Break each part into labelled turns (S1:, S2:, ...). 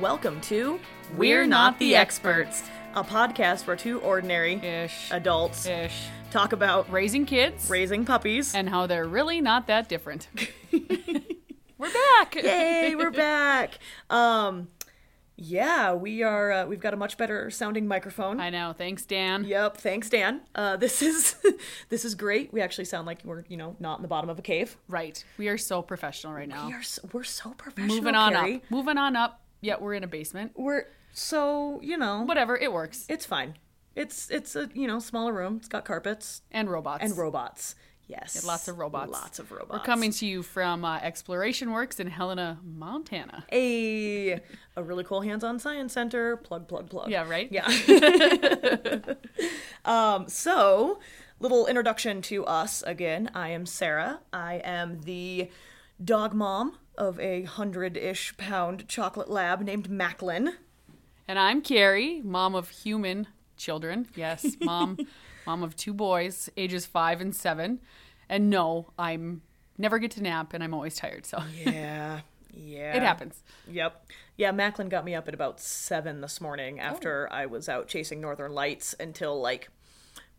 S1: Welcome to
S2: We're Not the Experts.
S1: a podcast where two ordinary
S2: Ish.
S1: adults
S2: Ish.
S1: talk about
S2: Raising kids
S1: raising puppies.
S2: and how they're really not that different. We're back.
S1: Yay, we're back. Um, yeah, we are. Uh, we've got a much better sounding microphone.
S2: I know. Thanks, Dan.
S1: Yep, thanks, Dan. Uh, this is this is great. We actually sound like we're you know not in the bottom of a cave.
S2: Right. We are so professional right now.
S1: We are so, we're so professional.
S2: Moving on
S1: Carrie.
S2: up. Moving on up. Yet we're in a basement.
S1: We're so you know
S2: Whatever. It works.
S1: it's fine. It's it's a you know smaller room. It's got carpets.
S2: And robots.
S1: and robots. Yes.
S2: lots of robots.
S1: Lots of robots.
S2: We're coming to you from uh, Exploration Works in Helena, Montana.
S1: A a really cool hands-on science center. Plug, plug, plug.
S2: Yeah, right?
S1: Yeah. um, so, little introduction to us again. I am Sarah. I am the dog mom of a hundred-ish pound chocolate lab named Macklin.
S2: And I'm Carrie, mom of human children. Yes, mom, mom of two boys, ages five and seven. And no, I'm never get to nap, and I'm always tired. So
S1: Yeah. Yeah.
S2: it happens.
S1: Yep. Yeah, Macklin got me up at about seven this morning
S2: Oh.
S1: after I was out chasing northern lights until like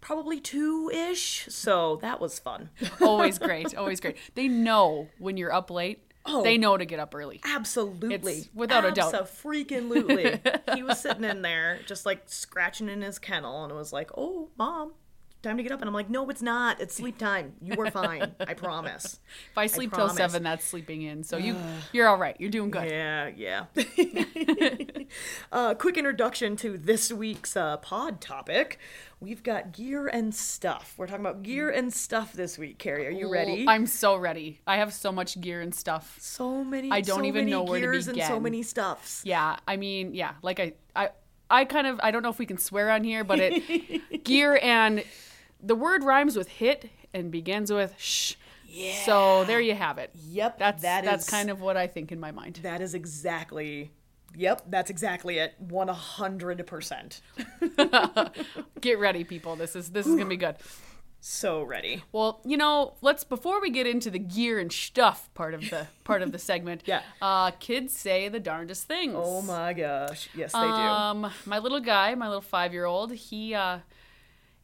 S1: probably two ish. So that was fun.
S2: Always great. Always great. They know when you're up late.
S1: Oh.
S2: They know to get up early.
S1: Absolutely.
S2: It's- without a doubt.
S1: freaking lutely. he was sitting in there just like scratching in his kennel and it was like, Oh, mom, time to get up and I'm like, No, it's not. It's sleep time. You are fine. I promise.
S2: If I sleep till
S1: promise.
S2: seven, that's sleeping in. So you you're all right. You're doing good.
S1: Yeah, yeah. uh, quick introduction to this week's uh, pod topic. We've got gear and stuff. We're talking about gear and stuff this week. Carrie, are you ready?
S2: Oh, I'm so ready. I have so much gear and stuff.
S1: so many.
S2: I don't
S1: so
S2: even
S1: many
S2: know where to
S1: gears and so
S2: begin.
S1: many stuffs.
S2: Yeah, I mean, yeah, like I, I, I kind of, I don't know if we can swear on here, but it, gear and the word rhymes with hit and begins with shh. Yeah. So there you have it.
S1: Yep,
S2: That's
S1: that
S2: that's
S1: is-
S2: kind of what I think in my mind.
S1: That is exactly. Yep, that's exactly it. One hundred percent.
S2: Get ready, people. This is this is gonna be good.
S1: So ready.
S2: Well, you know, let's before we get into the gear and stuff part of the part of the segment.
S1: Yeah.
S2: Uh, kids say the darndest things.
S1: Oh my gosh! Yes, they
S2: Um, my little guy, my little five-year-old, he uh,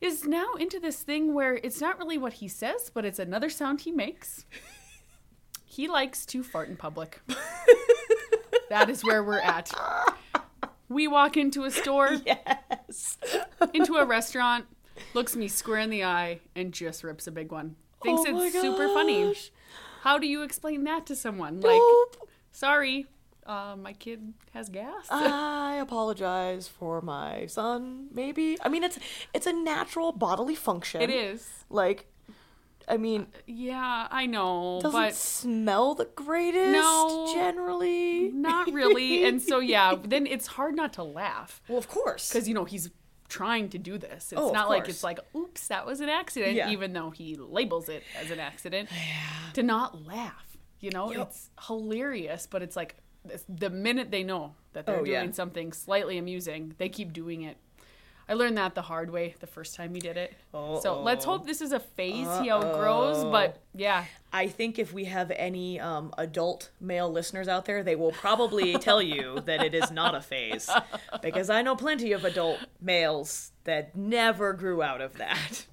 S2: is now into this thing where it's not really what he says, but it's another sound he makes. he likes to fart in public. that is where we're at. We walk into a store,
S1: do. Yes.
S2: into a restaurant, looks me square in the eye, and just rips a big one. Thinks
S1: Oh my
S2: it's super funny.
S1: gosh.
S2: How do you explain that to someone? Like,
S1: Nope.
S2: sorry, uh, my kid has gas.
S1: I apologize for my son. Maybe I mean it's it's a natural bodily function.
S2: it is.
S1: like I mean
S2: Yeah, I know,
S1: doesn't
S2: Uh, but
S1: smell the greatest
S2: No.
S1: generally.
S2: not really. And so yeah, then it's hard not to laugh
S1: Well, of course.
S2: because you know he's trying to do this. It's
S1: Oh, of
S2: not like
S1: course.
S2: it's like, oops, that was an accident,
S1: Yeah.
S2: even though he labels it as an accident. Yeah. To not laugh, you know,
S1: Yep.
S2: it's hilarious, but it's like th- the minute they know that they're
S1: Oh,
S2: doing
S1: yeah.
S2: something slightly amusing, they keep doing it. I learned that the hard way the first time he did it. So let's hope this is a phase he outgrows, but yeah,
S1: I think if we have any um, adult male listeners out there, they will probably tell you that it is not a phase because I know plenty of adult males that never grew out of that.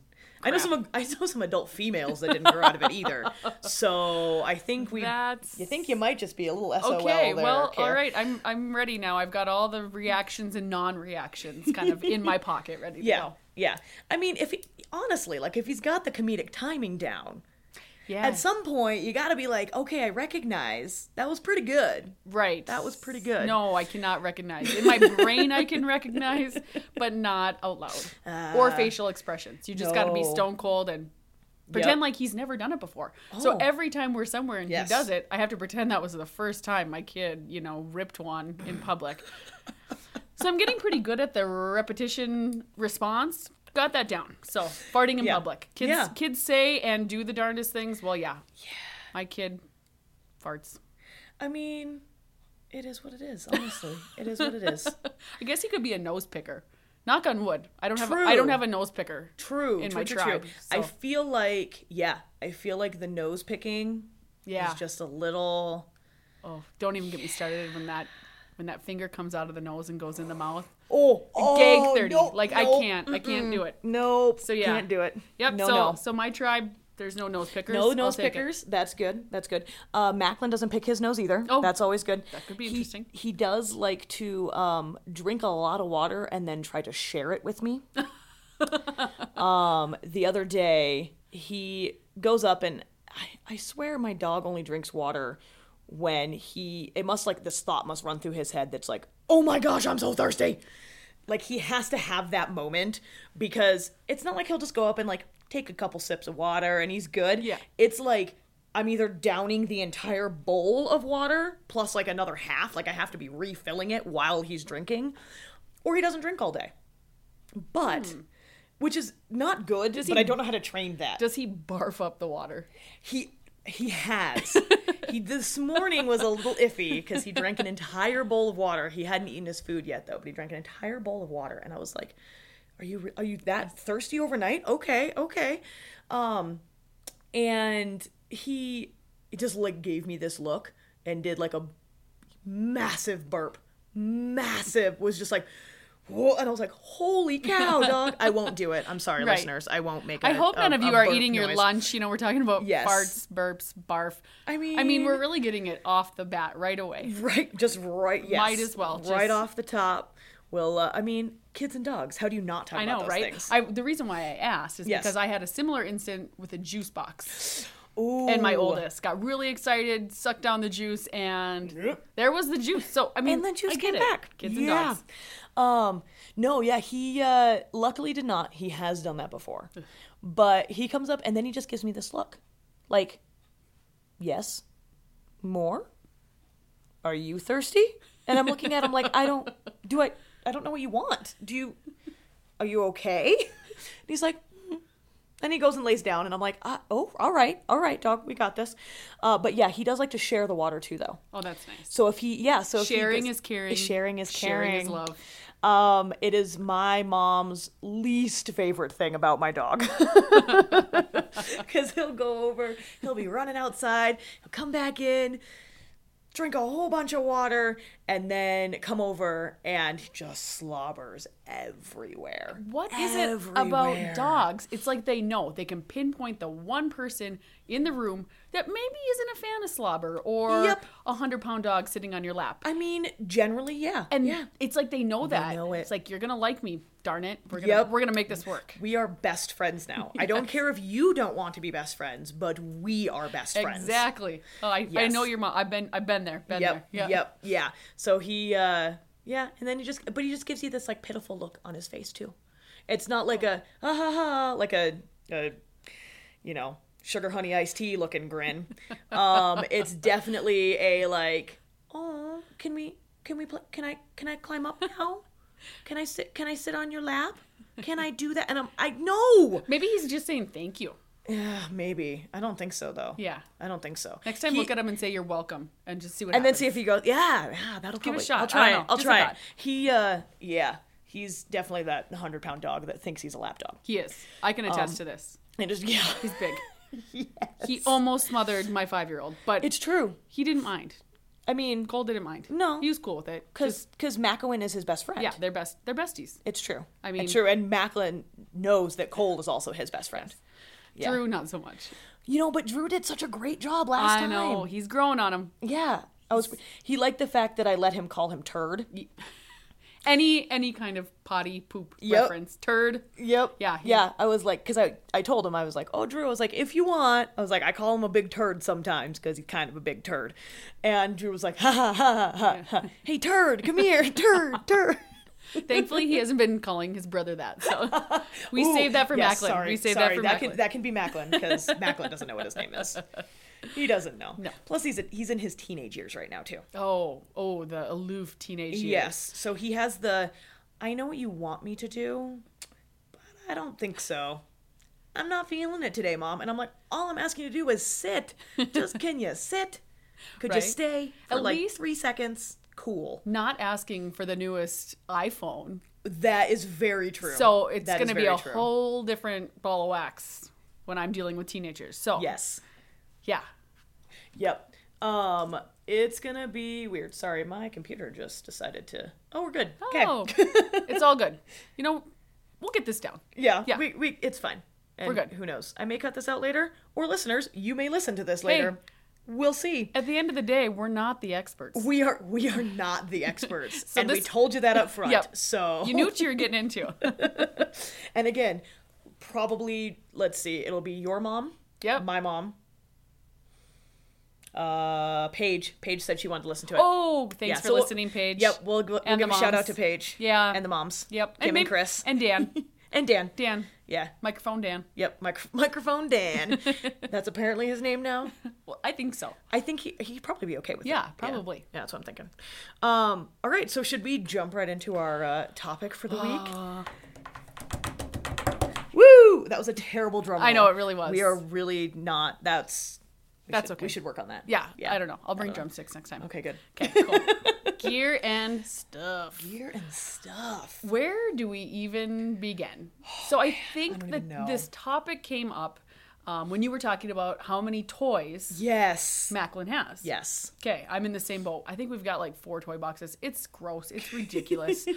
S1: I know some. I know some adult females that didn't grow out of it either. So I think we.
S2: that's.
S1: You think you might just be a little SOL
S2: Okay,
S1: there.
S2: well,
S1: Kara.
S2: all right. I'm I'm ready now. I've got all the reactions and non-reactions kind of in my pocket, ready to
S1: Yeah.
S2: go.
S1: Yeah. I mean, if he, honestly, like if he's got the comedic timing down,
S2: Yeah,
S1: at some point you got to be like, "Okay, I recognize. That was pretty good."
S2: right.
S1: That was pretty good.
S2: No, I cannot recognize. In my brain, I can recognize, but not out loud or facial expressions. You just got to be
S1: Uh, no.
S2: stone cold and pretend like he's never done it before. So
S1: Oh.
S2: every time we're somewhere and
S1: Yes.
S2: he does it, I have to pretend that was the first time my kid, you know, ripped one in public. so I'm getting pretty good at the repetition response. Got that down. So farting in
S1: Yeah.
S2: public. Kids
S1: Yeah.
S2: kids say and do the darndest things. Well, yeah. Yeah. My kid farts.
S1: I mean, it is what it is. Honestly, it is what it is.
S2: I guess he could be a nose picker. Knock on wood. I don't have. A,
S1: True.
S2: I don't have a nose picker.
S1: True.
S2: In
S1: true,
S2: my
S1: true,
S2: tribe,
S1: True.
S2: so.
S1: I feel like, yeah, I feel like the nose picking
S2: Yeah.
S1: is just a little.
S2: oh, don't even get me started on that. when that finger comes out of the nose and goes in the mouth.
S1: Oh,
S2: Gag
S1: oh,
S2: 30.
S1: nope,
S2: like
S1: nope,
S2: I can't. I can't do it.
S1: Nope.
S2: So, yeah.
S1: can't do it.
S2: Yep.
S1: No,
S2: so
S1: no.
S2: so my tribe, there's no nose pickers.
S1: No
S2: I'll
S1: nose
S2: take it.
S1: pickers. That's good. That's good. Uh, Macklin doesn't pick his nose either.
S2: Oh.
S1: that's always good.
S2: That could be
S1: He-
S2: interesting.
S1: He, does like to um, drink a lot of water and then try to share it with me. um, the other day, he goes up and I, I swear my dog only drinks water when he. It must like this thought must run through his head that's like, oh my gosh, I'm so thirsty. Like he has to have that moment because it's not like he'll just go up and like take a couple sips of water and he's good.
S2: Yeah.
S1: It's like I'm either downing the entire bowl of water plus like another half, like I have to be refilling it while he's drinking, or he doesn't drink all day. But which is not good, but I don't know how to train that.
S2: Does he barf up the water?
S1: he he has. he this morning was a little iffy because he drank an entire bowl of water. He hadn't eaten his food yet though, but he drank an entire bowl of water, and I was like, "Are you re- are you that thirsty overnight? Okay, okay." Um, and he he just like gave me this look and did like a massive burp, massive was just like. Whoa, and I was like, "Holy cow, dog! I won't do it. I'm sorry,
S2: Right.
S1: listeners. I won't make.
S2: I
S1: a-
S2: hope
S1: a-
S2: none of
S1: a
S2: you are
S1: burp
S2: eating your
S1: noise.
S2: lunch. You know, we're talking about
S1: Yes.
S2: farts, burps, barf.
S1: I
S2: I mean,
S1: mean-
S2: we're really getting it off the bat right away.
S1: Right, just right. Yes,
S2: Might as well,
S1: right
S2: just-
S1: off the top. Well, uh, I mean, kids and dogs. How do you not talk
S2: I
S1: about
S2: know,
S1: those
S2: right?
S1: things?
S2: I, the reason why I asked is
S1: Yes.
S2: because I had a similar incident with a juice box,
S1: Ooh.
S2: and my oldest got really excited, sucked down the juice, and
S1: Yep.
S2: there was the juice. So I mean,
S1: and then she
S2: I
S1: just came
S2: get it.
S1: back.
S2: Kids
S1: yeah.
S2: and dogs.
S1: Um, no, yeah, he uh, luckily did not. He has done that before, but he comes up and then he just gives me this look, like, yes, more. Are you thirsty? And I'm looking at him like, I don't do I. I don't know what you want. Do you? Are you okay? And he's like, "Mm-hmm." And he goes and lays down, and I'm like, ah, oh, all right, all right, dog, we got this. Uh, but yeah, he does like to share the water too, though.
S2: Oh, that's nice.
S1: So if he, yeah, so if he
S2: Sharing
S1: gets-
S2: is caring.
S1: Sharing is caring.
S2: Sharing is love.
S1: Um, it is my mom's least favorite thing about my dog. Because he'll go over, he'll be running outside, he'll come back in, drink a whole bunch of water, and then come over and he just slobbers everywhere.
S2: What is it about
S1: Everywhere.
S2: dogs? It's like they know they can pinpoint the one person in the room that maybe isn't a fan of slobber or
S1: Yep.
S2: a hundred pound dog sitting on your lap.
S1: I mean, generally, yeah.
S2: And
S1: yeah.
S2: it's like they know that.
S1: know it.
S2: It's like you're gonna like me, darn it. We're gonna
S1: Yep.
S2: we're gonna make this work.
S1: We are best friends now. I don't care if you don't want to be best friends, but we are best friends.
S2: Exactly. Oh, I, I
S1: Yes.
S2: know your mom. I've been I've been there. Been
S1: Yep.
S2: there. Yeah.
S1: Yep. Yeah. So he, uh, yeah, and then he just, but he just gives you this like pitiful look on his face too. It's not like a ah ha ha, like a, a you know, sugar honey iced tea looking grin. um, it's definitely a like, oh, can we, can we, pl- can I, can I climb up now? Can I sit? Can I sit on your lap? Can I do that? And I'm, I no.
S2: Maybe he's just saying thank you.
S1: Yeah, maybe. I don't think so though.
S2: Yeah.
S1: I don't think so.
S2: Next time
S1: He-
S2: look at him and say you're welcome and just see what
S1: and then
S2: happens.
S1: see if he goes. Yeah, yeah, that'll
S2: Give
S1: probably.
S2: it a shot.
S1: I'll
S2: I
S1: try
S2: don't
S1: it.
S2: know.
S1: I'll
S2: Just a
S1: try
S2: thought.
S1: it. He, uh, yeah, he's definitely that hundred pound dog that thinks he's a lap dog.
S2: he is. I can attest
S1: Um,
S2: to this.
S1: And just yeah,
S2: He's big. He almost smothered my five year old, but
S1: it's true.
S2: he didn't mind.
S1: I mean,
S2: Cole didn't mind.
S1: No.
S2: he was cool with it. Just-
S1: because because Macklin is his best friend.
S2: yeah, they're best. They're besties.
S1: it's true.
S2: I mean-
S1: it's true. And Macklin knows that Cole is also his best friend. Yeah.
S2: Drew, not so much.
S1: You know, but Drew did such a great job last
S2: I
S1: time.
S2: know he's grown on him.
S1: Yeah, I was. He liked the fact that I let him call him turd.
S2: Any any kind of potty poop
S1: Yep.
S2: reference, turd.
S1: Yep.
S2: Yeah, he-
S1: yeah. I was like, because I, I told him, I was like, oh, Drew, I was like, if you want, I was like, I call him a big turd sometimes because he's kind of a big turd. And Drew was like, ha ha ha ha ha. ha. Hey, turd, come here, turd, turd.
S2: Thankfully, he hasn't been calling his brother that. So we saved that for
S1: yes,
S2: Macklin.
S1: Sorry,
S2: we saved
S1: sorry.
S2: that for Macklin.
S1: Can, that can be Macklin because Macklin doesn't know what his name is. He doesn't know.
S2: No.
S1: Plus, he's, he's in his teenage years right now, too.
S2: oh, oh, the aloof teenage years.
S1: Yes. So he has the I know what you want me to do, but I don't think so. I'm not feeling it today, mom. And I'm like, all I'm asking you to do is sit. Just can you sit? Could
S2: Right.
S1: you stay for
S2: At
S1: like
S2: least-
S1: three seconds? Cool.
S2: Not asking for the newest iPhone.
S1: That is very true.
S2: So it's
S1: That is
S2: going to be
S1: very
S2: a
S1: true.
S2: whole different ball of wax when I'm dealing with teenagers. So
S1: yes.
S2: yeah.
S1: Yep. Um. It's gonna be weird. Sorry, my computer just decided to. Oh, we're good.
S2: Oh, it's all good. You know, we'll get this down.
S1: yeah,
S2: Yeah.
S1: We, we it's fine. And
S2: We're good.
S1: Who knows? I may cut this out later, or listeners, you may listen to this later. We'll see.
S2: At the end of the day, we're not the experts.
S1: We are we are not the experts,
S2: So
S1: and we
S2: this-
S1: told you that up front.
S2: Yep.
S1: So
S2: You knew what you were getting into.
S1: and again, probably let's see, it'll be your mom.
S2: Yep.
S1: My mom. Uh, Paige. Paige said she wanted to listen to it.
S2: oh, thanks
S1: Yeah,
S2: for
S1: so we'll-
S2: listening, Paige.
S1: Yep, we'll, we'll
S2: And
S1: give
S2: the
S1: a shout out
S2: moms.
S1: to Paige.
S2: Yeah.
S1: and the moms.
S2: Yep.
S1: Kim and,
S2: maybe-
S1: Chris
S2: And Dan.
S1: and Dan.
S2: Dan.
S1: Yeah,
S2: Microphone Dan.
S1: yep. Mic- microphone Dan. That's apparently his name now.
S2: Well, I think so.
S1: I think he he'd probably be okay with it.
S2: Yeah, probably.
S1: Yeah. that's what I'm thinking. Um, all right, so should we jump right into our uh, topic for the week? Woo! That was a terrible drum.
S2: I know,
S1: roll.
S2: it really was.
S1: We are really not. That's we
S2: That's
S1: should-
S2: okay.
S1: We should work on that.
S2: Yeah, I don't know. I'll bring drumsticks next time.
S1: Uh, Okay, good.
S2: Okay, cool. Gear and stuff.
S1: Gear and stuff.
S2: Where do we even begin? So I think
S1: don't even know.
S2: that this topic came up um, when you were talking about how many toys
S1: Yes.
S2: Macklin has.
S1: Yes.
S2: Okay, I'm in the same boat. I think we've got like four toy boxes. It's gross. It's ridiculous.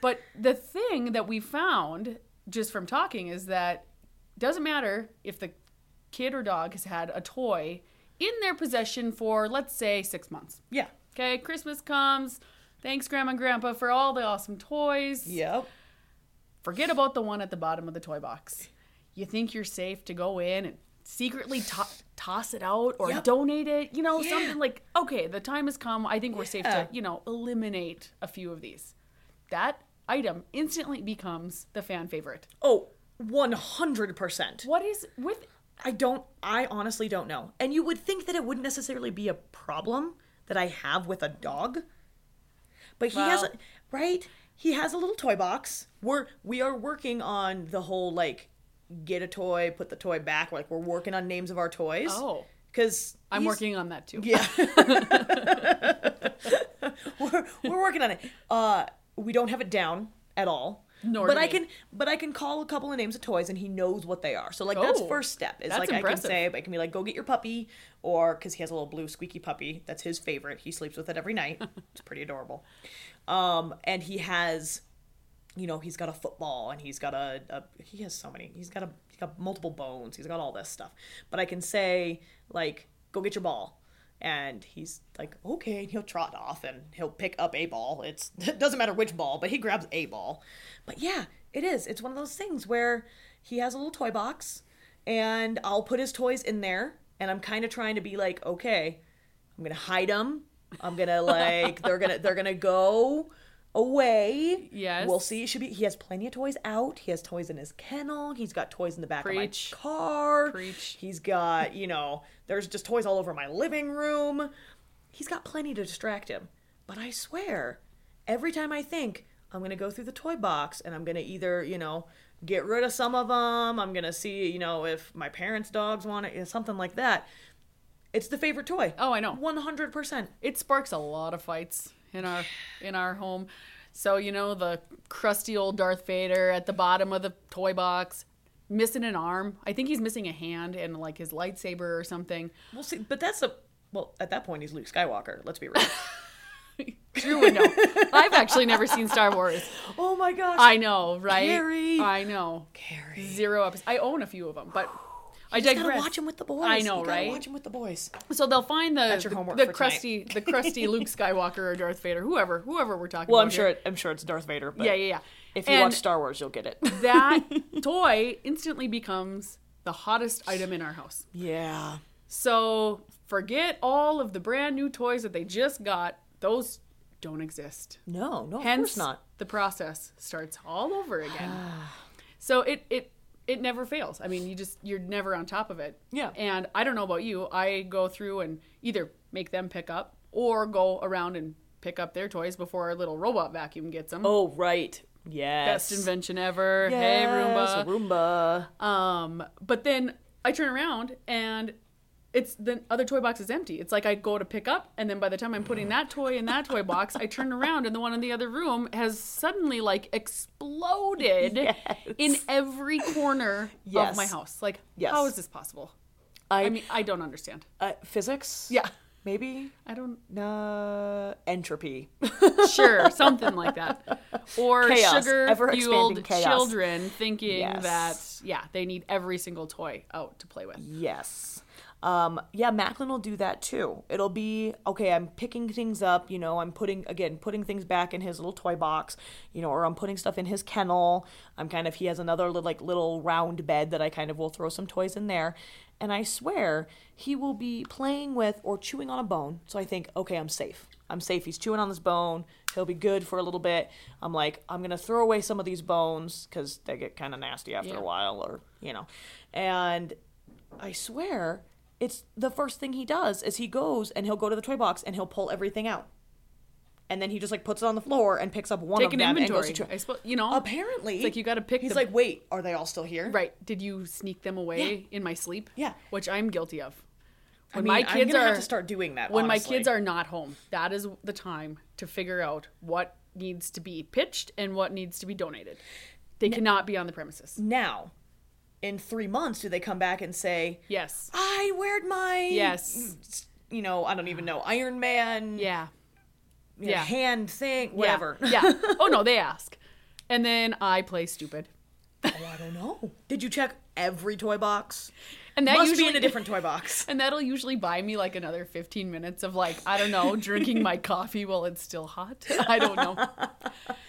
S2: but the thing that we found just from talking is that doesn't matter if the kid or dog has had a toy in their possession for let's say 6 months.
S1: Yeah.
S2: Okay, Christmas comes. Thanks grandma and grandpa for all the awesome toys.
S1: Yep.
S2: Forget about the one at the bottom of the toy box. You think you're safe to go in and secretly to- toss it out or
S1: Yep.
S2: donate it? You know,
S1: Yeah.
S2: something like, okay, the time has come. I think we're safe
S1: Yeah.
S2: to, you know, eliminate a few of these. That item instantly becomes the fan favorite.
S1: Oh, 100%.
S2: What is with.
S1: I don't, I honestly don't know. And you would think that it wouldn't necessarily be a problem that I have with a dog. But he has, a,
S2: Well-
S1: right? He has a little toy box. We're, we are working on the whole like, get a toy, put the toy back. Like, we're working on names of our toys.
S2: Oh.
S1: Because
S2: I'm working on that too.
S1: Yeah. we're, we're working on it. Uh, we don't have it down at all.
S2: Nor
S1: but
S2: do
S1: I
S2: we.
S1: can but I can call a couple of names of toys and he knows what they are. So like that's
S2: Oh,
S1: first step is
S2: that's
S1: like
S2: impressive.
S1: I can say I can be like go get your puppy or because he has a little blue squeaky puppy that's his favorite. He sleeps with it every night. it's pretty adorable. Um, and he has you know he's got a football and he's got a, a he has so many he's got a he's got multiple bones he's got all this stuff but i can say like go get your ball and he's like okay and he'll trot off and he'll pick up a ball it's it doesn't matter which ball but he grabs a ball but yeah it is it's one of those things where he has a little toy box and i'll put his toys in there and i'm kind of trying to be like okay i'm gonna hide them i'm gonna like they're gonna they're gonna go away
S2: Yes.
S1: we'll see. It should be. He has plenty of toys out. He has toys in his kennel. He's got toys in the back
S2: Preach.
S1: of my car.
S2: Preach.
S1: He's got you know. There's just toys all over my living room. He's got plenty to distract him. But I swear, every time I think I'm gonna go through the toy box and I'm gonna either you know get rid of some of them. I'm gonna see you know if my parents' dogs want it, you know, something like that. It's the favorite toy.
S2: Oh, I know.
S1: One hundred percent.
S2: it sparks a lot of fights in our in our home. So you know the crusty old Darth Vader at the bottom of the toy box, missing an arm. I think he's missing a hand and like his lightsaber or something.
S1: We'll see. But that's a well. At that point, he's Luke Skywalker. Let's be real.
S2: Drew would know. I've actually never seen Star Wars.
S1: oh my gosh.
S2: I know, right?
S1: Carrie.
S2: I know.
S1: Carrie.
S2: Zero episodes. I own a few of them, but I
S1: You just gotta
S2: digress.
S1: watch him with the boys.
S2: I know,
S1: You gotta
S2: right?
S1: Watch him with the boys.
S2: So they'll find the
S1: your homework
S2: the,
S1: for
S2: crusty the crusty Luke Skywalker or Darth Vader, whoever whoever we're talking about. here.
S1: I'm sure it's Darth Vader. But
S2: Yeah, yeah, yeah. And-
S1: Star Wars, you'll get it.
S2: that toy instantly becomes the hottest item in our house.
S1: yeah.
S2: So forget all of the brand new toys that they just got. Those don't exist.
S1: No, no, of
S2: Hence
S1: course not.
S2: the process starts all over again. so it it it never fails. I mean, you just you're never on top of it.
S1: Yeah.
S2: And I don't know about you. I go through and either make them pick up or go around and pick up their toys before our little robot vacuum gets them.
S1: Oh, right. Yes.
S2: Best invention ever. Hey Roomba.
S1: Roomba.
S2: Um, but then I turn around and it's the other toy box is empty. It's like I go to pick up, and then by the time I'm putting that toy in that toy box, I turn around and the one in the other room has suddenly like exploded in every corner
S1: Yes.
S2: of my house. Like,
S1: Yes.
S2: how is this possible?
S1: I,
S2: I mean, I don't understand.
S1: uh, physics.
S2: Yeah.
S1: Maybe
S2: I don't
S1: uh, entropy.
S2: sure, something like that. Or
S1: Chaos,
S2: sugar
S1: ever-expanding
S2: fueled
S1: chaos.
S2: children thinking
S1: Yes.
S2: that yeah, they need every single toy out to play with.
S1: Yes. Um, yeah, Macklin will do that too. It'll be okay. I'm picking things up, you know. I'm putting again, putting things back in his little toy box, you know, or I'm putting stuff in his kennel. I'm kind of he has another little, like little round bed that I kind of will throw some toys in there, and I swear he will be playing with or chewing on a bone. So I think, okay, I'm safe. I'm safe. He's chewing on this bone. He'll be good for a little bit. I'm like, I'm gonna throw away some of these bones because they get kind of nasty after
S2: Yeah.
S1: a while, or you know, and I swear, it's the first thing he does is he goes and he'll go to the toy box and he'll pull everything out. And then he just like puts it on the floor and picks up one
S2: Take
S1: of
S2: an
S1: them
S2: inventory.
S1: and goes to
S2: I suppose you know.
S1: Apparently,
S2: It's like you gotta pick
S1: He's
S2: the-
S1: like, wait, are they all still here?
S2: Right. Did you sneak them away in my sleep?
S1: Yeah.
S2: Which I'm guilty of.
S1: I mean, I'm gonna have to start doing that.
S2: when
S1: honestly.
S2: my kids are not home, that is the time to figure out what needs to be pitched and what needs to be donated. They cannot be on the premises.
S1: now, in three months, do they come back and say,
S2: Yes.
S1: I mm, weared my
S2: Yes.
S1: you know, I don't even know Iron Man,
S2: Yeah.
S1: you know,
S2: yeah.
S1: hand thing,
S2: Yeah.
S1: whatever.
S2: Yeah. Oh no, they ask. And then I play stupid.
S1: oh, I don't know. Did you check every toy box?
S2: And that
S1: Must
S2: usually
S1: be in a different toy box.
S2: And that'll usually buy me like another 15 minutes of like, I don't know, drinking my coffee while it's still hot. I don't know.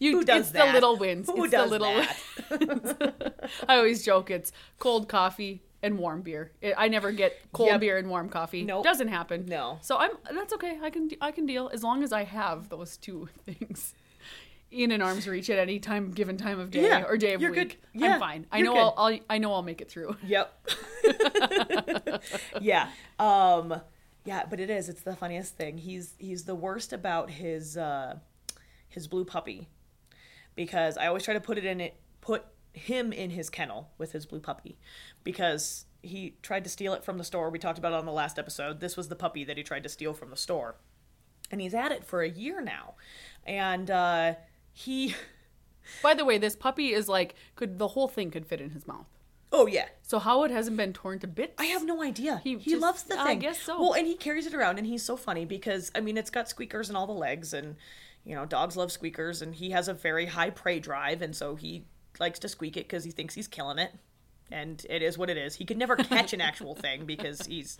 S2: You,
S1: Who does
S2: it's
S1: that?
S2: the little wins.
S1: Who
S2: it's
S1: does
S2: the little
S1: that?
S2: I always joke it's cold coffee and warm beer. I- I never get cold
S1: Yep.
S2: beer and warm coffee.
S1: Nope.
S2: Doesn't happen.
S1: No.
S2: So I'm that's okay. I can I can deal as long as I have those two things in an arm's reach at any time given time of day
S1: Yeah,
S2: or day of
S1: you're
S2: week.
S1: good. Yeah,
S2: I'm fine. I
S1: you're
S2: know
S1: good.
S2: I'll, I'll I know I'll make it through.
S1: Yep. yeah. Um yeah, but it is. It's the funniest thing. He's he's the worst about his uh his blue puppy because I always try to put it in it put him in his kennel with his blue puppy because he tried to steal it from the store. We talked about it on the last episode. This was the puppy that he tried to steal from the store. And he's at it for a year now. And uh he
S2: By the way, this puppy is like could the whole thing could fit in his mouth.
S1: Oh yeah.
S2: So how it hasn't been torn to bits?
S1: I have no idea. He,
S2: He just-
S1: loves the thing.
S2: I guess so.
S1: Well, and he carries it around, and he's so funny because I mean, it's got squeakers in all the legs, and you know, dogs love squeakers, and he has a very high prey drive, and so he likes to squeak it because he thinks he's killing it, and it is what it is. He could never catch an actual thing because he's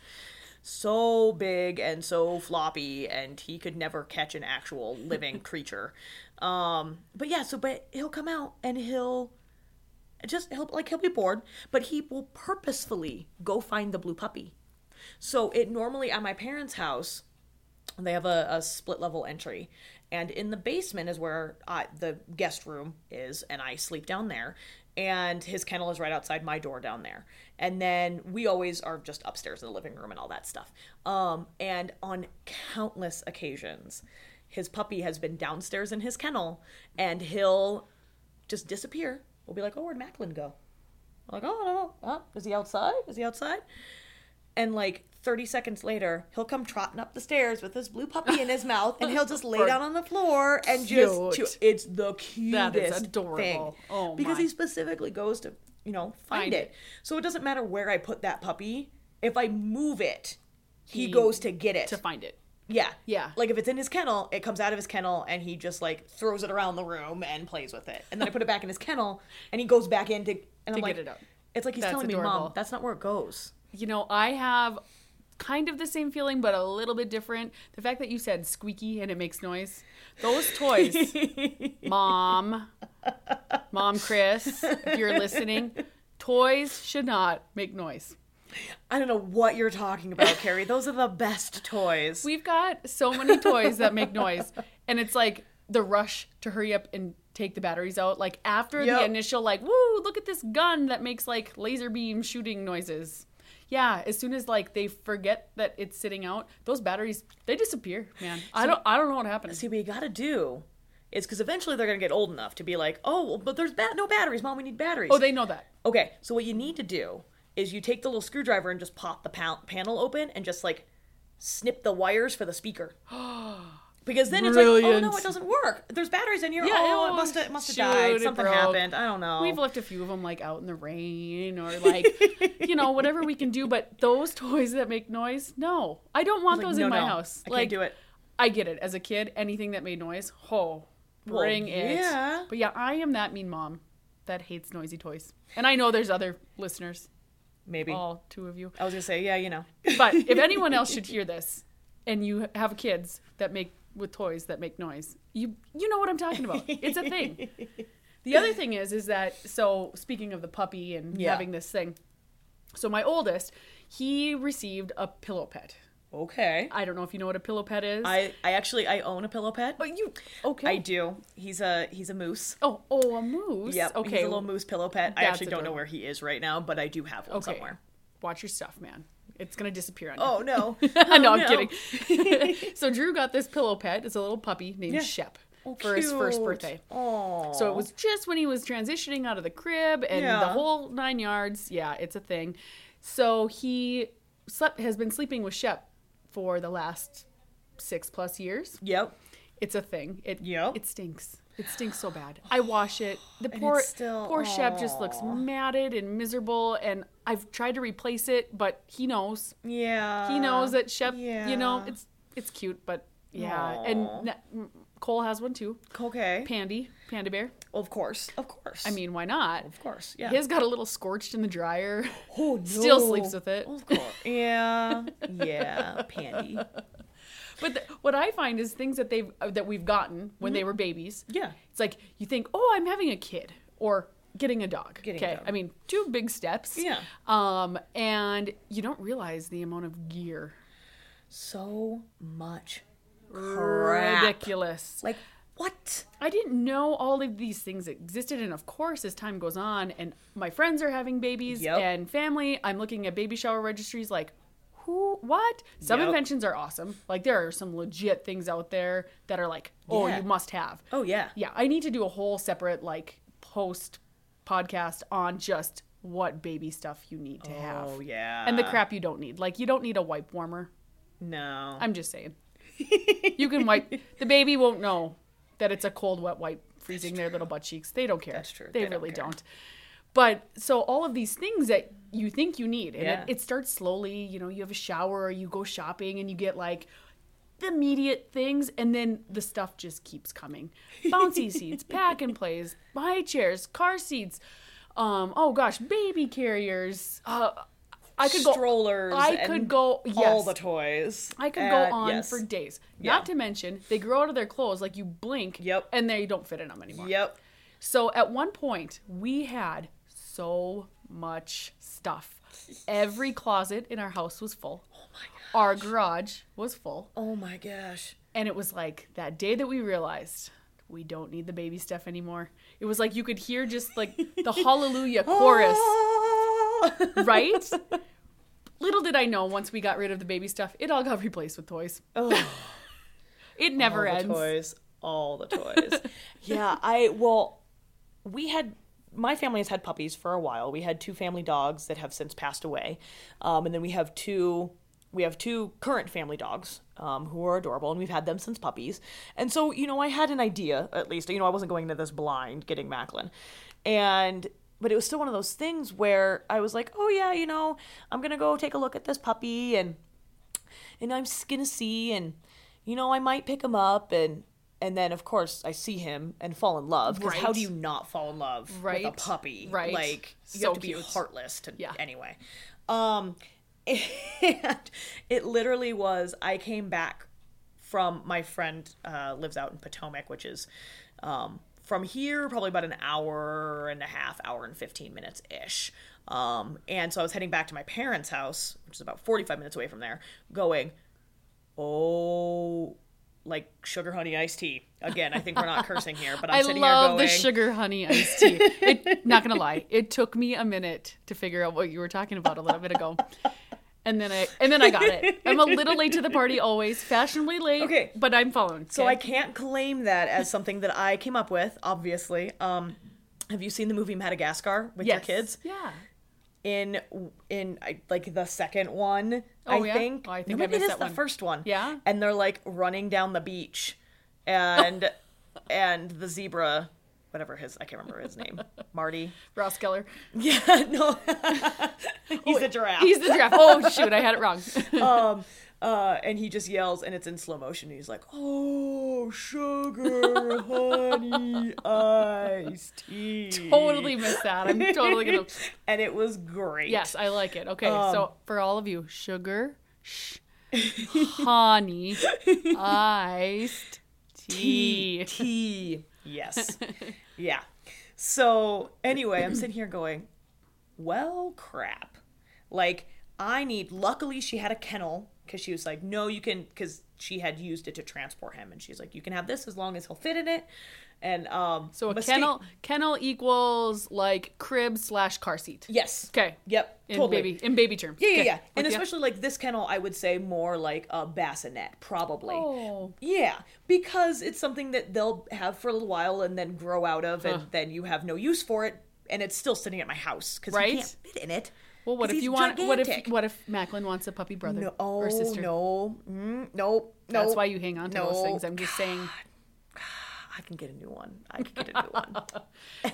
S1: so big and so floppy and he could never catch an actual living creature um but yeah so but he'll come out and he'll just he'll like he'll be bored, but he will purposefully go find the blue puppy. So it normally at my parents' house, they have a, a split level entry, and in the basement is where I, the guest room is, and I sleep down there. And his kennel is right outside my door down there. And then we always are just upstairs in the living room and all that stuff. Um, and on countless occasions, his puppy has been downstairs in his kennel, and he'll just disappear. We'll be like, oh, where'd Macklin go? We're like, oh, no, oh, is he outside? Is he outside? And like 30 seconds later, he'll come trotting up the stairs with his blue puppy in his mouth, and he'll just lay down on the floor and just.
S2: Cute.
S1: chew- It's the cutest
S2: adorable.
S1: thing.
S2: Oh,
S1: because
S2: my.
S1: he specifically goes to, you know, find,
S2: Find
S1: it.
S2: it.
S1: So it doesn't matter where I put that puppy. If I move it, he,
S2: He-
S1: goes to get it.
S2: to find it.
S1: Yeah.
S2: Yeah.
S1: Like if it's in his kennel, it comes out of his kennel and he just like throws it around the room and plays with it. And then I put it back in his kennel and he goes back in to and I'm
S2: To
S1: like
S2: get it out.
S1: It's like he's
S2: That's
S1: telling me,
S2: adorable.
S1: Mom, that's not where it goes.
S2: You know, I have kind of the same feeling but a little bit different. The fact that you said squeaky and it makes noise. Those toys. Mom. Mom Chris, if you're listening, toys should not make noise.
S1: I don't know what you're talking about, Carrie. Those are the best toys.
S2: We've got so many toys that make noise, and it's like the rush to hurry up and take the batteries out. Like after
S1: Yep.
S2: the initial, like, woo, look at this gun that makes like laser beam shooting noises. Yeah, as soon as like they forget that it's sitting out, those batteries they disappear, man. I don't I don't know what happened.
S1: See what you gotta do is because eventually they're gonna get old enough to be like, oh, well, but there's ba- no batteries, Mom. We need batteries.
S2: oh, they know that.
S1: Okay, so what you need to do is you take the little screwdriver and just pop the pa- panel open and just like snip the wires for the speaker. Because then it's like, oh no,
S2: Brilliant.
S1: it doesn't work. There's batteries in here.
S2: Yeah,
S1: oh,
S2: oh,
S1: it must have must have
S2: shoot, it
S1: died. Something
S2: broke.
S1: happened. I don't know.
S2: We've left a few of them like out in the rain or like, you know, whatever we can do. But those toys that make noise, no, I don't want
S1: Like,
S2: those
S1: no,
S2: in my
S1: no,
S2: house.
S1: I
S2: like,
S1: can't do it.
S2: I get it. As a kid, anything that made noise, oh,
S1: Well,
S2: bring it.
S1: yeah.
S2: But yeah, I am that mean mom that hates noisy toys, and I know there's other listeners,
S1: Maybe.
S2: all two of you.
S1: I was gonna say, yeah, you know.
S2: But if anyone else should hear this, and you have kids that make with toys that make noise, you you know what I'm talking about. It's a thing. The other thing is is that so speaking of the puppy and
S1: Yeah.
S2: having this thing, so my oldest, he received a pillow pet.
S1: Okay.
S2: I don't know if you know what a pillow pet is.
S1: I I actually I own a pillow pet.
S2: but Oh, you okay?
S1: I do. He's a he's a moose.
S2: Oh, oh, a moose.
S1: Yep.
S2: Okay.
S1: He's a little moose pillow pet. I
S2: That's
S1: actually don't know
S2: adorable.
S1: where he is right now, but I do have one
S2: okay.
S1: somewhere.
S2: Watch your stuff, man. It's gonna disappear on you.
S1: Oh no.
S2: I know,
S1: Oh,
S2: I'm kidding. so Drew got this pillow pet. It's a little puppy named
S1: Yeah. Oh,
S2: Shep for his first
S1: Cute.
S2: birthday.
S1: Aw.
S2: So it was just when he was transitioning out of the crib and the
S1: Yeah.
S2: whole nine yards. Yeah, it's a thing. So he slept has been sleeping with Shep for the last six plus years.
S1: Yep.
S2: It's a thing. It
S1: Yep.
S2: it stinks. It stinks so bad. I wash it. The poor
S1: it's still-
S2: poor Shep just looks
S1: aw.
S2: matted and miserable. And I've tried to replace it, but he knows
S1: Yeah.
S2: he knows that Shep. You
S1: Uh,
S2: know,
S1: yeah.
S2: it's it's cute, but yeah.
S1: Aw.
S2: And na- m- Cole has one too.
S1: Okay.
S2: Pandy, Panda Bear.
S1: Of course. Of course.
S2: I mean, why not?
S1: of course. Yeah.
S2: His got a little scorched in the dryer.
S1: Oh,
S2: Still
S1: no. Oh,
S2: sleeps with it.
S1: Of course. Yeah. Yeah. Pandy.
S2: But th- what I find is things that they've uh, that we've gotten when they were babies.
S1: Mm-hmm. Yeah.
S2: It's like you think, oh, I'm having a kid or getting a dog.
S1: Getting a dog.
S2: I mean, two big steps.
S1: Yeah.
S2: Um, and you don't realize the amount of gear.
S1: So much crap.
S2: Ridiculous.
S1: Like what?
S2: I didn't know all of these things existed, and of course, as time goes on, and my friends are having babies
S1: Yep.
S2: and family, I'm looking at baby shower registries like, who, what? Some
S1: Yep.
S2: inventions are awesome. Like there are some legit things out there that are like, oh,
S1: Yeah.
S2: you must have.
S1: Oh yeah.
S2: Yeah, I need to do a whole separate like post podcast on just what baby stuff you need to have
S1: Oh yeah.
S2: and the crap you don't need. Like you don't need a wipe warmer.
S1: No.
S2: I'm just saying. you can wipe. The baby won't know that it's a cold, wet wipe freezing their little butt cheeks. They don't care.
S1: That's true.
S2: They,
S1: They don't
S2: really
S1: care.
S2: don't, But so all of these things that you think you need, and
S1: Yeah.
S2: it, it starts slowly. You know, you have a shower, you go shopping, and you get like the immediate things, and then the stuff just keeps coming. Bouncy seats, pack and plays, high chairs, car seats. Um, oh gosh, baby carriers. Uh, I could go
S1: strollers.
S2: I
S1: and
S2: could go. Yes,
S1: all the toys.
S2: I could
S1: Uh,
S2: go on
S1: yes.
S2: for days.
S1: Yeah.
S2: Not to mention, they grow out of their clothes. Like you blink,
S1: Yep.
S2: and they don't fit in them anymore.
S1: Yep.
S2: So at one point, we had so much stuff. Every closet in our house was full. Oh my god. Our garage was full,
S1: Oh my gosh.
S2: and it was like that day that we realized we don't need the baby stuff anymore. It was like you could hear just like the hallelujah chorus
S1: Oh, Ah!
S2: right? Little did I know once we got rid of the baby stuff, it all got replaced with toys.
S1: Oh.
S2: It never
S1: all
S2: ends.
S1: The toys, all the toys. yeah, I well, we had my family has had puppies for a while. We had two family dogs that have since passed away, um, and then we have two we have two current family dogs um, who are adorable, and we've had them since puppies. And so you know, I had an idea at least. You know, I wasn't going into this blind getting Macklin, and. But it was still one of those things where I was like, oh, yeah, you know, I'm going to go take a look at this puppy. And and I'm just gonna see, and you know, I might pick him up, and and then of course I see him and fall in love. Because how
S2: Right.
S1: do you not fall in love with
S2: Right.
S1: a puppy?
S2: Right.
S1: like you
S2: So
S1: have to
S2: cute.
S1: be heartless to
S2: Yeah.
S1: anyway. Um, and it literally was. I came back from my friend uh, lives out in Potomac, which is um, from here probably about an hour and a half, hour and fifteen minutes ish. Um, and so I was heading back to my parents' house, which is about forty-five minutes away from there, going, oh, like sugar honey iced tea. Again, I think we're not cursing here, but I'm
S2: I
S1: sitting
S2: love
S1: here
S2: the
S1: going,
S2: sugar honey iced tea. It, not gonna lie, it took me a minute to figure out what you were talking about a little bit ago, and then I and then I got it. I'm a little late to the party, always fashionably late.
S1: Okay.
S2: but I'm following.
S1: So I can't claim that as something that I came up with, obviously. Um, have you seen the movie Madagascar with your kids?
S2: Yeah.
S1: In in I- like the second one,
S2: Oh,
S1: I
S2: yeah?
S1: think.
S2: Oh, I think
S1: No,
S2: I
S1: maybe it
S2: missed
S1: is
S2: that
S1: the
S2: one.
S1: first one.
S2: Yeah?
S1: And they're like running down the beach, and and the zebra, whatever his I can't remember his name, Marty.
S2: Ross Geller.
S1: Yeah, no, he's a giraffe.
S2: He's the giraffe. Oh shoot, I had it wrong.
S1: um, uh, and he just yells, and it's in slow motion. And he's like, "Oh, sugar, honey, iced tea."
S2: totally missed that. I'm totally gonna.
S1: and it was great.
S2: Yes, I like it. Okay,
S1: Um,
S2: so for all of you, sugar, sh- honey, iced tea.
S1: Tea. Yes. yeah. So anyway, I'm sitting here going, well, crap. Like, I need, luckily, she had a kennel because she was like, no, you can, because she had used it to transport him. And she's like, you can have this as long as he'll fit in it. And, um,
S2: So a
S1: mistake-
S2: kennel kennel equals like crib slash car seat.
S1: Yes.
S2: Okay.
S1: Yep.
S2: In
S1: totally.
S2: baby in baby terms.
S1: Yeah, yeah,
S2: Okay.
S1: yeah. And
S2: With ya.
S1: especially like this kennel, I would say more like a bassinet, probably.
S2: Oh.
S1: Yeah, because it's something that they'll have for a little while and then grow out of, and then you have no use for it, and it's still sitting at my house because
S2: Right?
S1: you can't fit in it.
S2: Well,
S1: 'cause
S2: what if
S1: he's
S2: you want? What if
S1: gigantic.
S2: what if Macklin wants a puppy brother
S1: No, oh,
S2: or sister?
S1: no, mm, no, no.
S2: That's why you hang on to those
S1: No.
S2: things. I'm just saying
S1: I can get a new one. I can get a new one.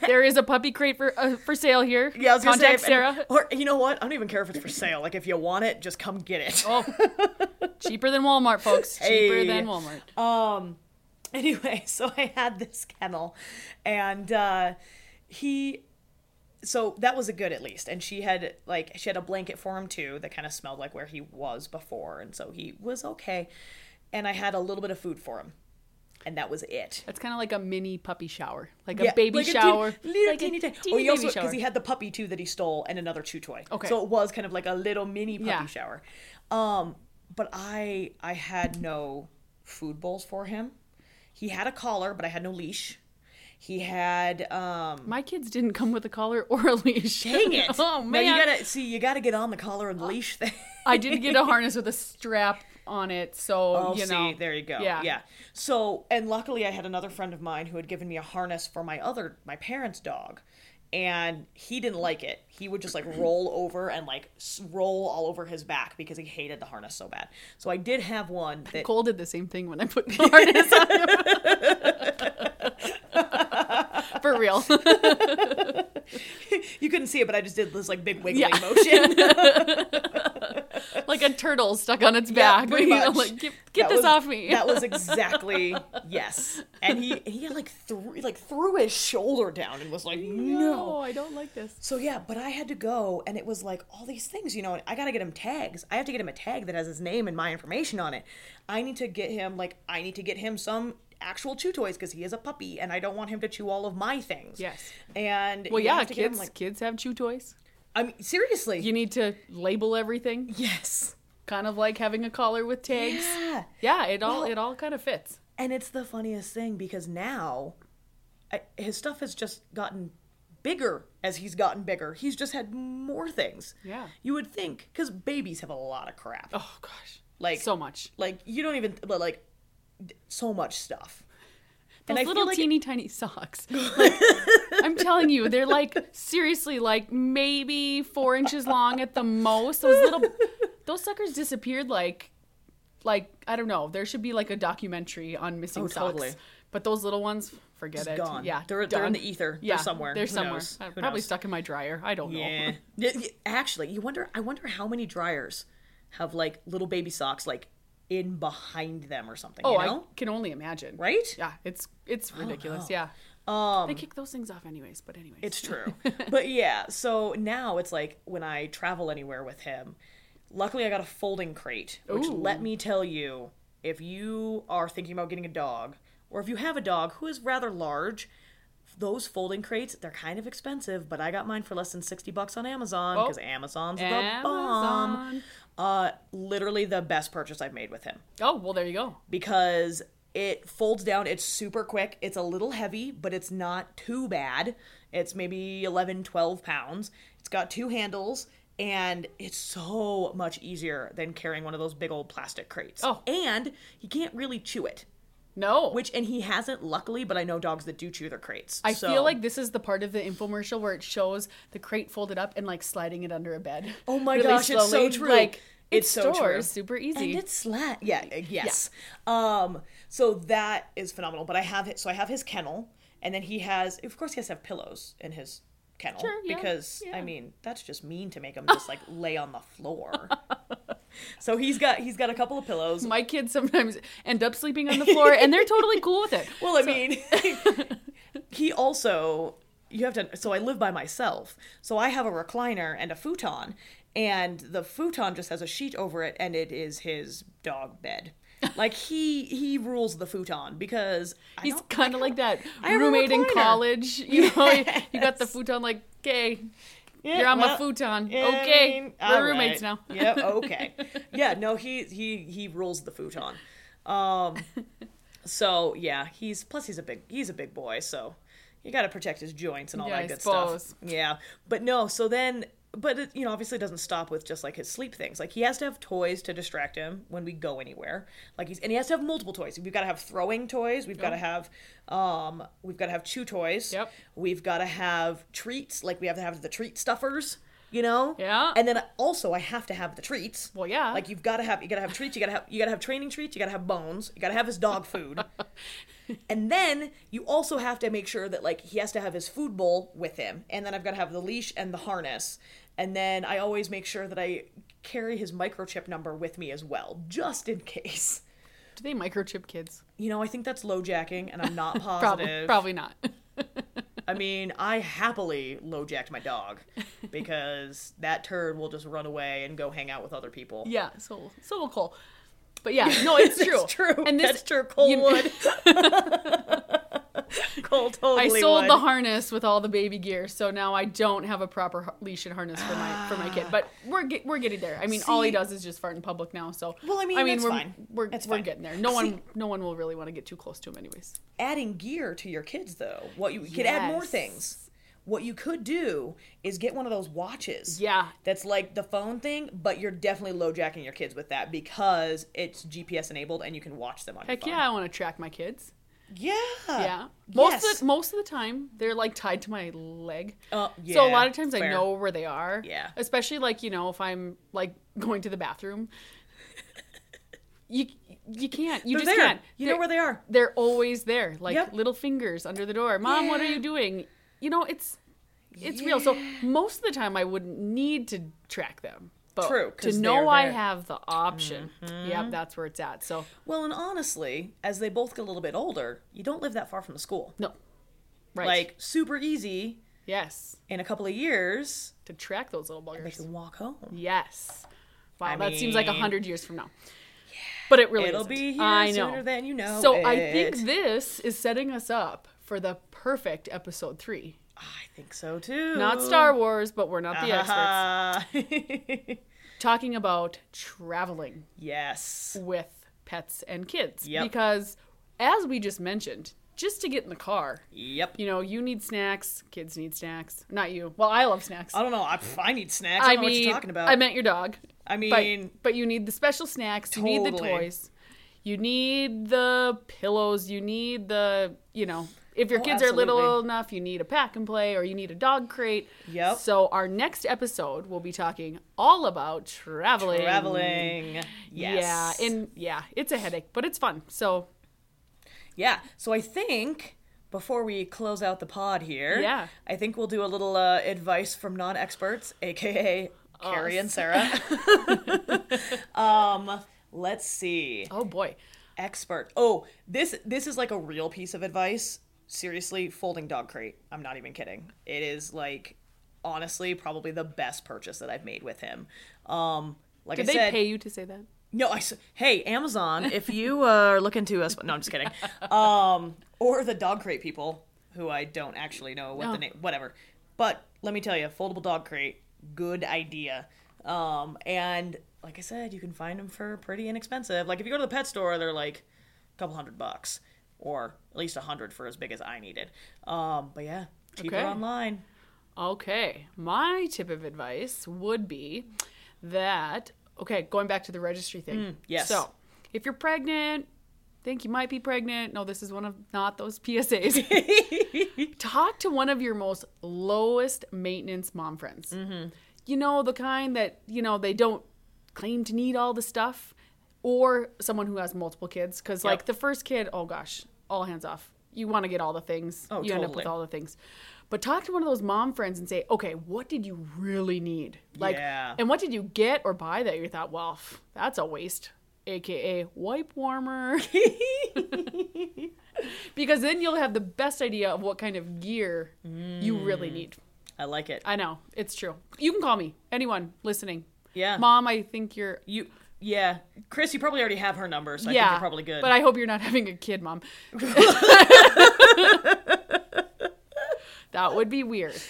S2: there is a puppy crate for uh, for sale here.
S1: Yeah, I was gonna say,
S2: contact
S1: if
S2: Sarah.
S1: any- or you know what? I don't even care if it's for sale. Like if you want it, just come get it.
S2: oh, cheaper than Walmart, folks. Cheaper
S1: Hey.
S2: than Walmart.
S1: Um, anyway, so I had this kennel, and uh, he, so that was a good at least. And she had like she had a blanket for him too that kind of smelled like where he was before, and so he was okay. And I had a little bit of food for him, and that was it.
S2: That's kind of like a mini puppy shower, like a
S1: Yeah,
S2: baby
S1: like a teen-
S2: shower,
S1: little
S2: like a
S1: teeny tiny.
S2: teeny
S1: oh, he also
S2: baby shower.
S1: because he had the puppy too that he stole and another chew toy.
S2: Okay.
S1: so it was kind of like a little mini puppy
S2: Yeah.
S1: shower. Um, but I I had no food bowls for him. He had a collar, but I had no leash. He had um.
S2: My kids didn't come with a collar or a leash.
S1: Dang it!
S2: oh man,
S1: Now you gotta see. You gotta get on the collar and leash thing.
S2: I did get a harness with a strap on it, so
S1: Oh,
S2: you
S1: see,
S2: know.
S1: there you go.
S2: Yeah.
S1: Yeah. So, and luckily, I had another friend of mine who had given me a harness for my other, my parents' dog, and he didn't like it. He would just like roll over and like s- roll all over his back because he hated the harness so bad. So I did have one that
S2: Cole did the same thing when I put the harness on him. For real.
S1: you couldn't see it, but I just did this like big wiggling
S2: Yeah.
S1: motion.
S2: like a turtle stuck on its
S1: Yeah,
S2: back.
S1: pretty
S2: You know,
S1: much.
S2: like, get get
S1: That
S2: this
S1: was-
S2: off me.
S1: That was exactly yes. And he he like threw like threw his shoulder down and was like, no.
S2: I don't like this.
S1: So yeah, but I had to go, and it was like all these things, you know. And I gotta get him tags. I have to get him a tag that has his name and my information on it. I need to get him like I need to get him some actual chew toys because he is a puppy, and I don't want him to chew all of my things.
S2: Yes.
S1: And
S2: Well,
S1: you
S2: yeah,
S1: have to get him,
S2: kids
S1: like
S2: kids have chew toys.
S1: I mean, seriously.
S2: You need to label everything,
S1: yes.
S2: kind of like having a collar with tags.
S1: Yeah.
S2: Yeah, it all
S1: Well-
S2: it all kind of fits.
S1: And it's the funniest thing because now I, his stuff has just gotten bigger as he's gotten bigger. He's just had more things.
S2: Yeah.
S1: You would think because babies have a lot of crap.
S2: Oh gosh,
S1: Like-
S2: so much.
S1: like you don't even but like d- so much stuff
S2: Those
S1: and I feel
S2: little
S1: like-
S2: teeny tiny socks. Like, I'm telling you, they're like seriously like maybe four inches long at the most. Those little those suckers disappeared like like I don't know. There should be like a documentary on missing
S1: Oh,
S2: socks.
S1: totally.
S2: But those little ones, forget it.
S1: gone.
S2: Yeah,
S1: They're- they're in
S2: done.
S1: the ether. They're
S2: Yeah,
S1: somewhere.
S2: They're
S1: Who
S2: somewhere.
S1: knows?
S2: Uh,
S1: Who
S2: Probably
S1: knows?
S2: stuck in my dryer. I don't know.
S1: Y- y- actually you wonder i wonder how many dryers have like little baby socks like in behind them or something
S2: Oh,
S1: you know
S2: I can only imagine.
S1: right
S2: Yeah, it's it's
S1: Oh,
S2: ridiculous.
S1: know.
S2: Yeah. Um, they kick those things off anyways. But anyways,
S1: It's true. but yeah, so now it's like when I travel anywhere with him, luckily I got a folding crate, which
S2: Ooh.
S1: let me tell you, if you are thinking about getting a dog, or if you have a dog who is rather large, those folding crates, they're kind of expensive, but I got mine for less than 60 bucks on Amazon
S2: Oh.
S1: because Amazon's the bomb.
S2: Amazon.
S1: Uh, literally the best purchase I've made with him
S2: Oh well, there you go.
S1: because it folds down. It's super quick. It's a little heavy, but it's not too bad. It's maybe 11, 12 pounds. It's got two handles, and it's so much easier than carrying one of those big old plastic crates.
S2: Oh.
S1: And he can't really chew it,
S2: No,
S1: which, and he hasn't, luckily, but I know dogs that do chew their crates.
S2: I
S1: so-
S2: feel like this is the part of the infomercial where it shows the crate folded up and like sliding it under a bed.
S1: Oh my
S2: really
S1: gosh, it's so
S2: slowly,
S1: true.
S2: Like
S1: It's so true.
S2: stores super easy.
S1: And it's slat. Yeah. uh, Yes. Um. So that is phenomenal. But I have hi- so I have his kennel, and then he has. Of course, he has to have pillows in his kennel
S2: Sure, yeah,
S1: because I
S2: yeah.
S1: mean that's just mean to make him just like lay on the floor. so he's got he's got a couple of pillows.
S2: My kids sometimes end up sleeping on the floor, and they're totally cool with it.
S1: Well, I mean, he also you have to. So I live by myself, so I have a recliner and a futon, and the futon just has a sheet over it, and it is his dog bed. Like he he rules the futon because I
S2: He's
S1: don't-
S2: kind of like that
S1: I have a
S2: roommate in
S1: recliner.
S2: college. You know, you you got the futon like, okay,
S1: Yeah,
S2: you're on my
S1: well,
S2: futon.
S1: yeah, I
S2: okay,
S1: mean, all
S2: we're roommates
S1: right.
S2: now.
S1: yeah. Okay. Yeah. No. He he he rules the futon. Um. So yeah, he's plus he's a big he's a big boy, so you got to protect his joints and all
S2: Yeah,
S1: that
S2: I
S1: good
S2: suppose.
S1: stuff. Yeah. But no. So then. But it, you know, obviously, it doesn't stop with just like his sleep things. Like he has to have toys to distract him when we go anywhere. Like he's and he has to have multiple toys. We've got to have throwing toys. We've got to have, um, we've got to have chew toys.
S2: Yep.
S1: We've got to have treats. Like we have to have the treat stuffers. You know.
S2: Yeah.
S1: And then also, I have to have the treats.
S2: Well, yeah.
S1: Like you've got to have you got to have treats. You got to have you got to have training treats. You got to have bones. You got to have his dog food. and then you also have to make sure that like he has to have his food bowl with him. And then I've got to have the leash and the harness. And then I always make sure that I carry his microchip number with me as well, just in case.
S2: Do they microchip kids?
S1: You know, I think that's low jacking, and I'm not positive.
S2: Probably, probably not.
S1: I mean, I happily low jacked my dog because that turd will just run away and go hang out with other people.
S2: yeah, so so will Cole. But yeah, no, it's true.
S1: That's true.
S2: And this,
S1: That's true. Cole
S2: you-
S1: would. Cole totally
S2: I sold
S1: would.
S2: the harness with all the baby gear, so now I don't have a proper har- leash and harness for my for my kid. But we're get, we're getting there. I mean, all he
S1: See-
S2: does is just fart in public now. So
S1: Well, I mean, that's
S2: we're
S1: fine.
S2: we're,
S1: That's
S2: we're
S1: fine.
S2: getting there. No
S1: See-
S2: one no one will really want to get too close to him, anyways.
S1: Adding gear to your kids, though, what you, you could add more
S2: Yes.
S1: things. What you could do is get one of those watches.
S2: Yeah.
S1: That's like the phone thing, but you're definitely low jacking your kids with that because it's GPS enabled and you can watch them on
S2: Heck
S1: your
S2: yeah, I want to track my kids.
S1: Yeah. Yeah.
S2: Yeah. Most
S1: yes.
S2: of the, most of the time they're like tied to my leg.
S1: Oh,
S2: So a
S1: yeah,
S2: lot of times
S1: fair.
S2: I know where they are.
S1: Yeah.
S2: Especially like, you know, if I'm like going to the bathroom. you you can't. You
S1: They're
S2: just
S1: there.
S2: can't.
S1: You know where they are.
S2: They're always there. Like
S1: Yep.
S2: little fingers under the door. Mom, what are
S1: Yeah.
S2: you doing? You know, it's it's real. So most of the time I wouldn't need to track them. But
S1: True, 'cause they're
S2: to know I
S1: there. Mm-hmm.
S2: have the option. Yep, that's where it's at. So
S1: Well, and honestly, as they both get a little bit older, you don't live that far from the school.
S2: no. Right.
S1: Like super easy
S2: yes.
S1: in a couple of years,
S2: to track those little
S1: they
S2: buggers.
S1: can walk home.
S2: Yes. Wow,
S1: I
S2: that seems like a
S1: mean-
S2: hundred years from now. But it really
S1: It'll
S2: isn't.
S1: be here
S2: I know.
S1: sooner than you know.
S2: so I think
S1: it.
S2: this is setting us up for the perfect episode three.
S1: I think so too.
S2: Not Star Wars, but we're not the
S1: Uh-huh.
S2: experts.
S1: experts.
S2: Talking about traveling
S1: yes.
S2: with pets and kids.
S1: Yep.
S2: Because as we just mentioned, just to get in the car,
S1: Yep.
S2: you know, you need snacks, kids need snacks. Not you. Well, I love snacks.
S1: I don't know. I, pff, I need snacks. I, don't know what you're talking about.
S2: I meant your dog.
S1: I
S2: But,
S1: mean-
S2: but you need the special snacks. You need the
S1: Totally.
S2: toys. You need the pillows. You need the you know. If your
S1: Oh,
S2: kids are little
S1: absolutely.
S2: enough, you need a pack and play, or you need a dog crate.
S1: Yep.
S2: So our next episode, we'll be talking all about traveling.
S1: traveling. Yes.
S2: Yeah, and yeah, it's a headache, but it's fun. So
S1: yeah. So I think before we close out the pod here,
S2: Yeah.
S1: I think we'll do a little uh, advice from non-experts, aka Carrie and
S2: Us.
S1: Sarah. um, let's see.
S2: oh boy,
S1: expert. Oh, this this is like a real piece of advice. Seriously, folding dog crate. I'm not even kidding. It is like honestly probably the best purchase that I've made with him. Um like
S2: did
S1: I
S2: they
S1: said,
S2: pay you to say that?
S1: no, I s- hey Amazon, if you uh, are looking to us, no, I'm just kidding. Um, or the dog crate people, who I don't actually know what
S2: No.
S1: the name, whatever. But let me tell you, foldable dog crate, good idea. Um, and like I said, you can find them for pretty inexpensive. Like if you go to the pet store, they're like a couple hundred bucks, or at least a hundred for as big as I needed. Um, but yeah, cheaper
S2: Okay.
S1: online.
S2: Okay. My tip of advice would be that, okay, going back to the registry thing.
S1: Mm, yes.
S2: So if you're pregnant, think you might be pregnant. No, this is one of not those PSAs. Talk to one of your most
S1: Mm-hmm.
S2: lowest maintenance mom friends. You know, the kind that, you know, they don't claim to need all the stuff, or someone who has multiple kids. Because, like, the first kid, oh gosh, all hands off. You want to get all the things.
S1: Oh,
S2: you end up
S1: totally.
S2: with all the things. But talk to one of those mom friends and say, okay, what did you really need? Like,
S1: Yeah.
S2: and what did you get or buy that you thought, well, pff, that's a waste? AKA wipe warmer. because then you'll have the best idea of what kind of gear you really need.
S1: I like it.
S2: I know it's true. You can call me. Anyone listening?
S1: yeah.
S2: Mom, I think you're.
S1: You yeah. Chris, you probably already have her number, so I think you're probably good.
S2: But I hope you're not having a kid, mom. that would be weird.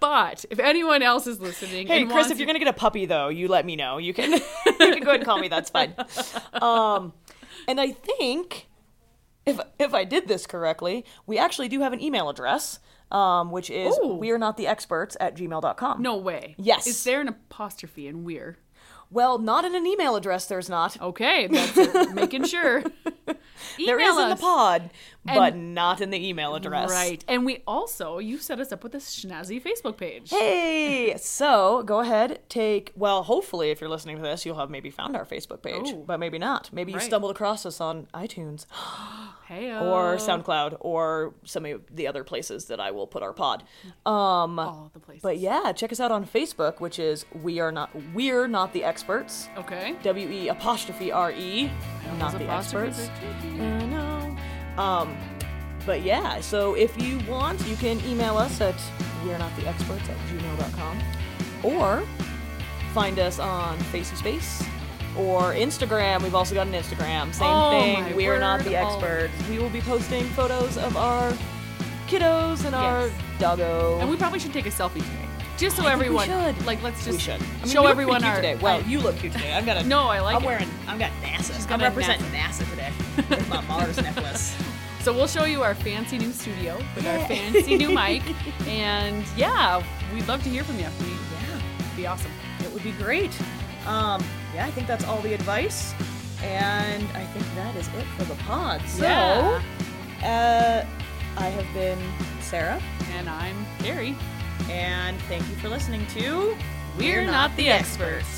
S2: But if anyone else is listening,
S1: Hey,
S2: and
S1: Chris,
S2: wants-
S1: if you're gonna get a puppy though, you let me know. You can you can go ahead and call me. That's fine. Um, and I think if if I did this correctly, we actually do have an email address, um, which is
S2: Ooh.
S1: we are not the experts at gmail.com.
S2: no way.
S1: Yes.
S2: Is there an apostrophe in we're?
S1: Well, not in an email address. There's
S2: Oh.
S1: not.
S2: Okay, that's it. making sure.
S1: there is
S2: Email
S1: in the
S2: us.
S1: pod, but not in the email address.
S2: Right, and we also you set us up with a schnazzy Facebook page.
S1: Hey, so go ahead, take. Well, hopefully, if you're listening to this, you'll have maybe found our Facebook page,
S2: Oh.
S1: but maybe not. Maybe you
S2: Right.
S1: stumbled across us on iTunes
S2: Hey,
S1: or SoundCloud or some of the other places that I will put our pod. Um,
S2: all the places.
S1: but yeah, check us out on Facebook, which is we are not we're not the experts.
S2: okay.
S1: W e apostrophe r e, not the
S2: Apostrophe.
S1: experts. I know. Um, but yeah, so if you want, you can email us at we're not the experts at gmail.com or find us on Facey Space or Instagram. We've also got an Instagram. Same
S2: Oh my
S1: thing. We're not
S2: word.
S1: the
S2: Oh.
S1: experts. We will be posting photos of our kiddos and our
S2: Yes.
S1: doggo.
S2: And we probably should take a selfie today, just so
S1: I think we
S2: everyone,
S1: should.
S2: like, let's
S1: We
S2: just
S1: should. I mean, you
S2: show
S1: look
S2: everyone
S1: pretty
S2: our.
S1: cute today. Well,
S2: our-
S1: you look cute today. I'm gonna.
S2: no, I like
S1: I'm
S2: it.
S1: wearing. I've got NASA. I'm
S2: got a
S1: representing NASA. today. With my Mars necklace.
S2: So we'll show you our fancy new studio with
S1: Yeah.
S2: our fancy new mic, and yeah, we'd love to hear from you. We'd
S1: Yeah.
S2: be awesome.
S1: It would be great. Um, yeah, I think that's all the advice. And I think that is it for the pod. So,
S2: Yeah.
S1: uh, I have been Sarah,
S2: And I'm Carrie.
S1: and thank you for listening to
S2: We're, not, the experts.